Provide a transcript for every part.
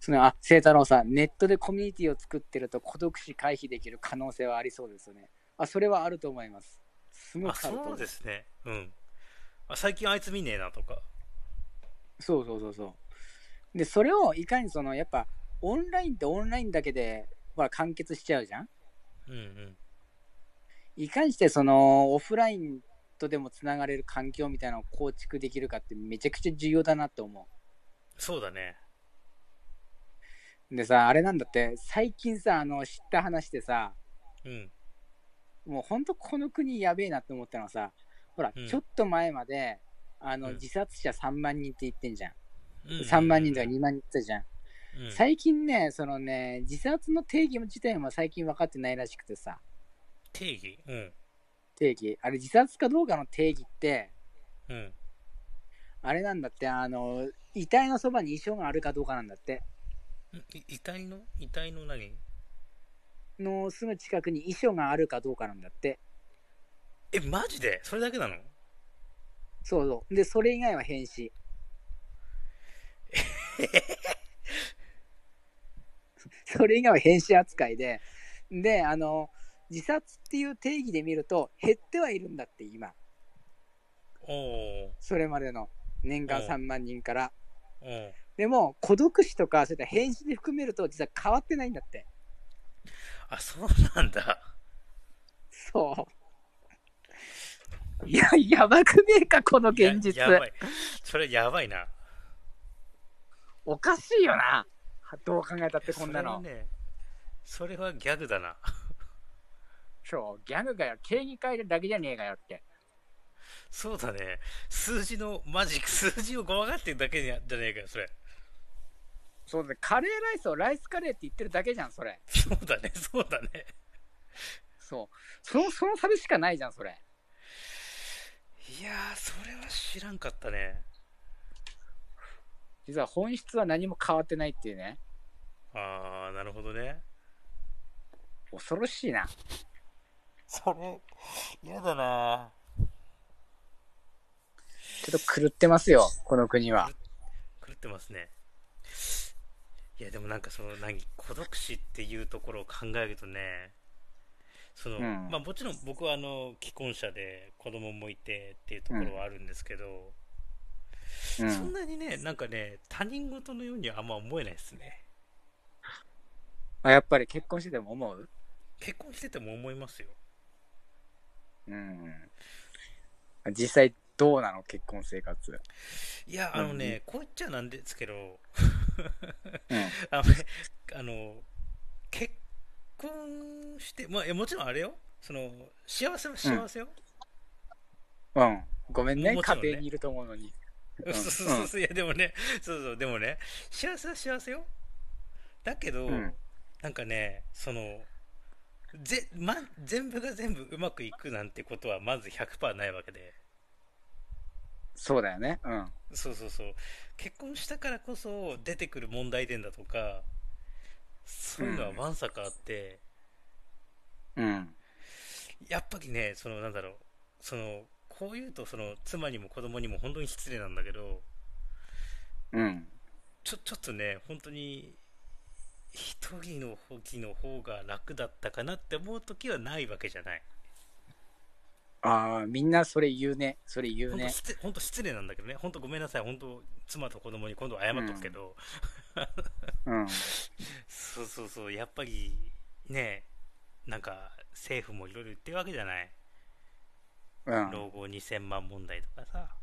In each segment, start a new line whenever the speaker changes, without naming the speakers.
そのあ清太郎さん、ネットでコミュニティを作ってると孤独死回避できる可能性はありそうですよね。あそれはあると思います。すご
あ、
くあると思。
そうですすね。うん。あ最近あいつ見ねえなとか。
そうそうそうそう。で、それをいかにそのやっぱオンラインってオンラインだけでほら完結しちゃうじゃん
うんうん。
いかにしてそのオフラインとでもつながれる環境みたいなのを構築できるかってめちゃくちゃ重要だなと思
そうだね。
う。でさ、あれなんだって最近さ、あの知った話でさ、
うん。
もう本当この国やべえなって思ったのはさ、ほら、
うん
ちょっと前まで、あの、
うん
自殺者3万人って言ってんじゃん。
うん
3万人とか2万人って言ったじゃん。
うん
最近ね、そのね、自殺の定義自体も最近分かってないらしくてさ、
定義うん。
定義。あれ、自殺かどうかの定義って、
うん。
あれなんだって、あの、遺体のそばに遺書があるかどうかなんだって。
い遺体の遺体の何
のすぐ近くに遺書があるかどうかなんだって。
え、マジでそれだけなの
そうそう。で、それ以外は変死。 それ以外は変死扱いで、で、あの、自殺っていう定義で見ると、減ってはいるんだって、今。
おー
それまでの年間
うん
3万人から。
おー
でも、孤独死とか、そういった変死で含めると、実は変わってないんだって。
あ、そうなんだ。
そう。いや、やばくねえか、この 現実。
ややばい。それやばいな。
おかしいよな。どう考えたってこんなの
そ。れはね、それはギャグだな。
そう、ギャグがよ、定義変えるだけじゃねえかよって。
そうだね。数字のマジック、数字をごまかってるだけじゃじゃねえかよ、それ。
そうだ、カレーライスをライスカレーって言ってるだけじゃん、それ。
そうだね、そうだね。
そう。その、その差でしかないじゃん、それ。
いやー、それは知らんかったね。
実は本質は何も変わってないっていうね。
あー、なるほどね。
恐ろしいな。
それ、嫌だな
ちょっと狂ってますよ、この国は。
狂ってますね。いや、でもなんかその、何、孤独死っていうところを考えるとね、その、
うん
まあもちろん僕はあの、既婚者で子供もいてっていうところはあるんですけど、
う
そん
ん。
なにね、なんかね、他人事のようにはあんま思えないですね。
あやっぱり結婚してても思う
結婚してても思いますよ。
うん。実際どうなの、結婚生活。
いや、あのね、こう言っちゃなんですけど、
うん。
あのね、あの結婚して、まあ、いやもちろんあれよ、その幸せは幸せよ。
うん。ごめんね、
もち
家
ろんね
庭にいると思うのに。
そうそうそうそういや、でもね、そうそう、でもね、幸せは幸せよ。だけど、
うん
なんかね、その、ぜま、全部が全部うまくいくなんてことはまず100%ないわけで。
そうだよね。うん。
そうそうそう結婚したからこそ出てくる問題点だとかそういうのはわんさかあって、
うん。
やっぱりねそのなんだろうそのこう言うとその妻にも子供にも本当に失礼なんだけど
うん。
ちょちょっとね本当に一人の時の方が楽だったかなって思う時はないわけじゃない
ああ、みんなそれ言うね。それ言う
本当
ね。
失本当失礼なんだけどね本当ごめんなさい本当妻と子供に今度謝っとくけど、
うん。
そうそうそう、やっぱりね、なんか政府もいろいろ言ってるわけじゃない、
うん。
老後2000万問題とかさ、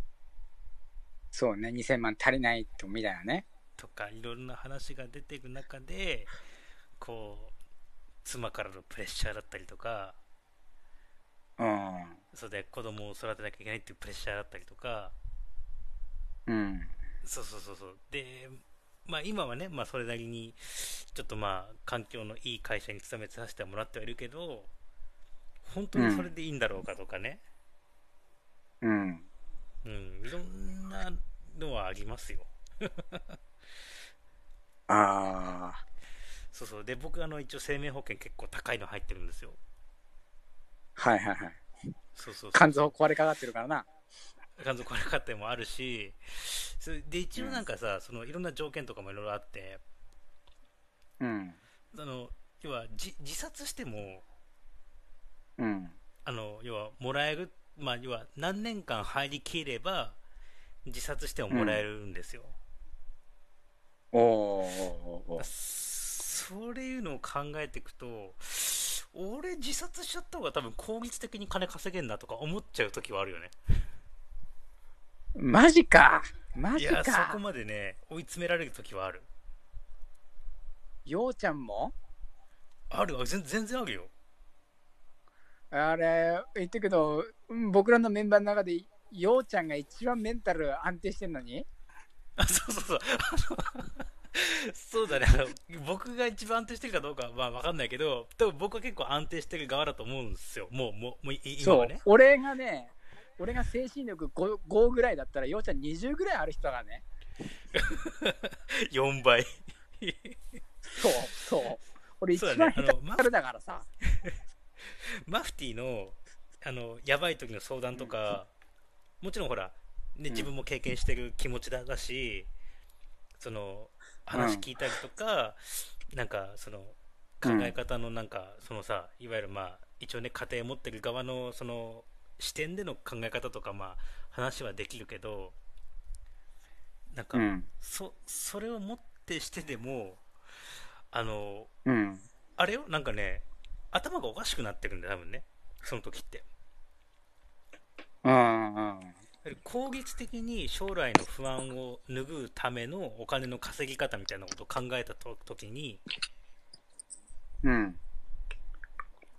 そうね、2000万足りないとみたいなね。
とかいろんな話が出てく中で、こう、妻からのプレッシャーだったりとか、
う
それで子供を育てなきゃいけないっていうプレッシャーだったりとか、
ん。うん。
そうそうそうそう、で、まあ今はね、まあそれなりに、ちょっとまあ環境のいい会社に勤めさせてもらってはいるけど、本当にそれでいいんだろうかとかね。
うん。
うん、いろんなのはありますよ。
ああ、
そうそう。で、僕、あの、一応生命保険結構高いの入ってるんですよ。
はいはいはい。
そうそうそう。
肝臓壊れかかってるからな。
肝臓これ買ってもあるし、それで、一応なんかさ、その、いろんな条件とかもいろいろあって、
うん。
あの要は自自殺しても
うん。
あの要はもらえる、まあ、要は何年間入りきれば自殺してももらえるんですよ、
おーおーおーおー
そういうのを考えていくと俺自殺しちゃった方が多分効率的に金稼げんなとか思っちゃう時はあるよね
マジかマ
い
ジ
やそ
か
こまでね追い詰められる時はある
ようちゃんも
あるあ全全然あるよ
あれ、言ってけど、うん僕らのメンバーの中で、ようちゃんが一番メンタル安定してんのに
あそうそうそう あのそうだねあの僕が一番安定してるかどうかはまあ分かんないけど多分僕は結構安定してる側だと思うんですよもうもうもうい今
そ
は
う
ね、
俺がね、俺が精神力 5, 5ぐらいだったら、ようちゃん20ぐらいある人だからね。
4倍
そう、そう。俺一
そうだ
番
ね
下手
あのま
くそだからさ。
マフティーのあのやばい時の相談とか、もちろんほら、ね、
ん
自分も経験してる気持ちだだし、その話聞いたりとか、なんかその考え方のなんか、そのさいわゆるまあ一応ね家庭持ってる側のその視点での考え方とかまあ話はできるけどなんか、
ん、
そそれをもってしてでもあの
うん。
あれよ、なんかね、頭がおかしくなってるんだよ、多分ね、その時って。
うん、うん。
効率的に将来の不安を拭うためのお金の稼ぎ方みたいなことを考えたと時に、
うん。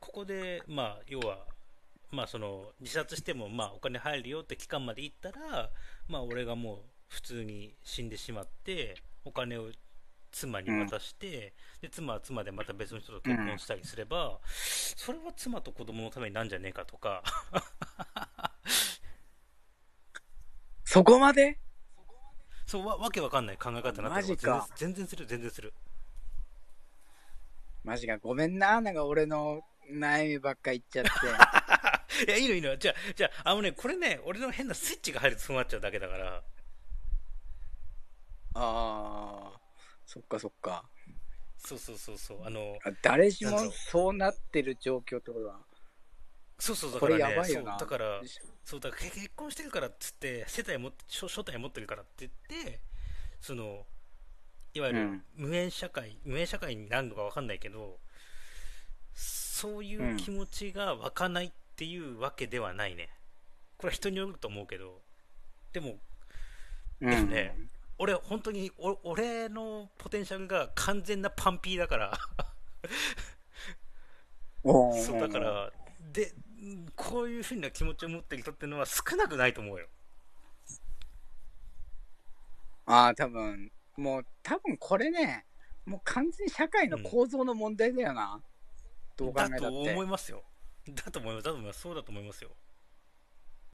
ここで、まあ、要は、まあ、その自殺しても、まあ、お金入るよって期間まで行ったら、まあ、俺がもう普通に死んでしまって、お金を妻に渡して、で妻は妻でまた別の人と結婚したりすれば、それは妻と子供のためになんじゃねえかとか。
そこまで
そうわわけわかんない考え方になってる
マジか
全然全然する全然する
マジか、ごめんな、なんか俺の悩みばっか言っ ちゃって。
いやいいのいいのじゃあじゃああのねこれね俺の変なスイッチが入るとそうなっちゃうだけだから
ああ、そっかそっか。
そうそうそうそうあの
あ誰しもそうなってる状況ってことだ。
そうそうだ
こ
か
れや
らね
ばい
そ
よ
う
な。
だからそうだからけ結婚してるからっつって世帯持って初初体持ってるからって言ってそのいわゆ
う
る
ん
無縁社会、無縁社会になるのかわかんないけどそういう気持ちが湧かないっていうわけではないね、これは人によると思うけどでも
うん
ね俺本当にお俺のポテンシャルが完全なパンピーだから
おー
そうだか。らでうんこういうふうな気持ちを持ってる人ってのは少なくないと思うよ
ああ、多分もう、多分これね、もう完全に社会の構造の問題だよな。どう考
だ
えた
と
っ
思
て
い。ますよだと思いますだと思いますそうだと思いますよ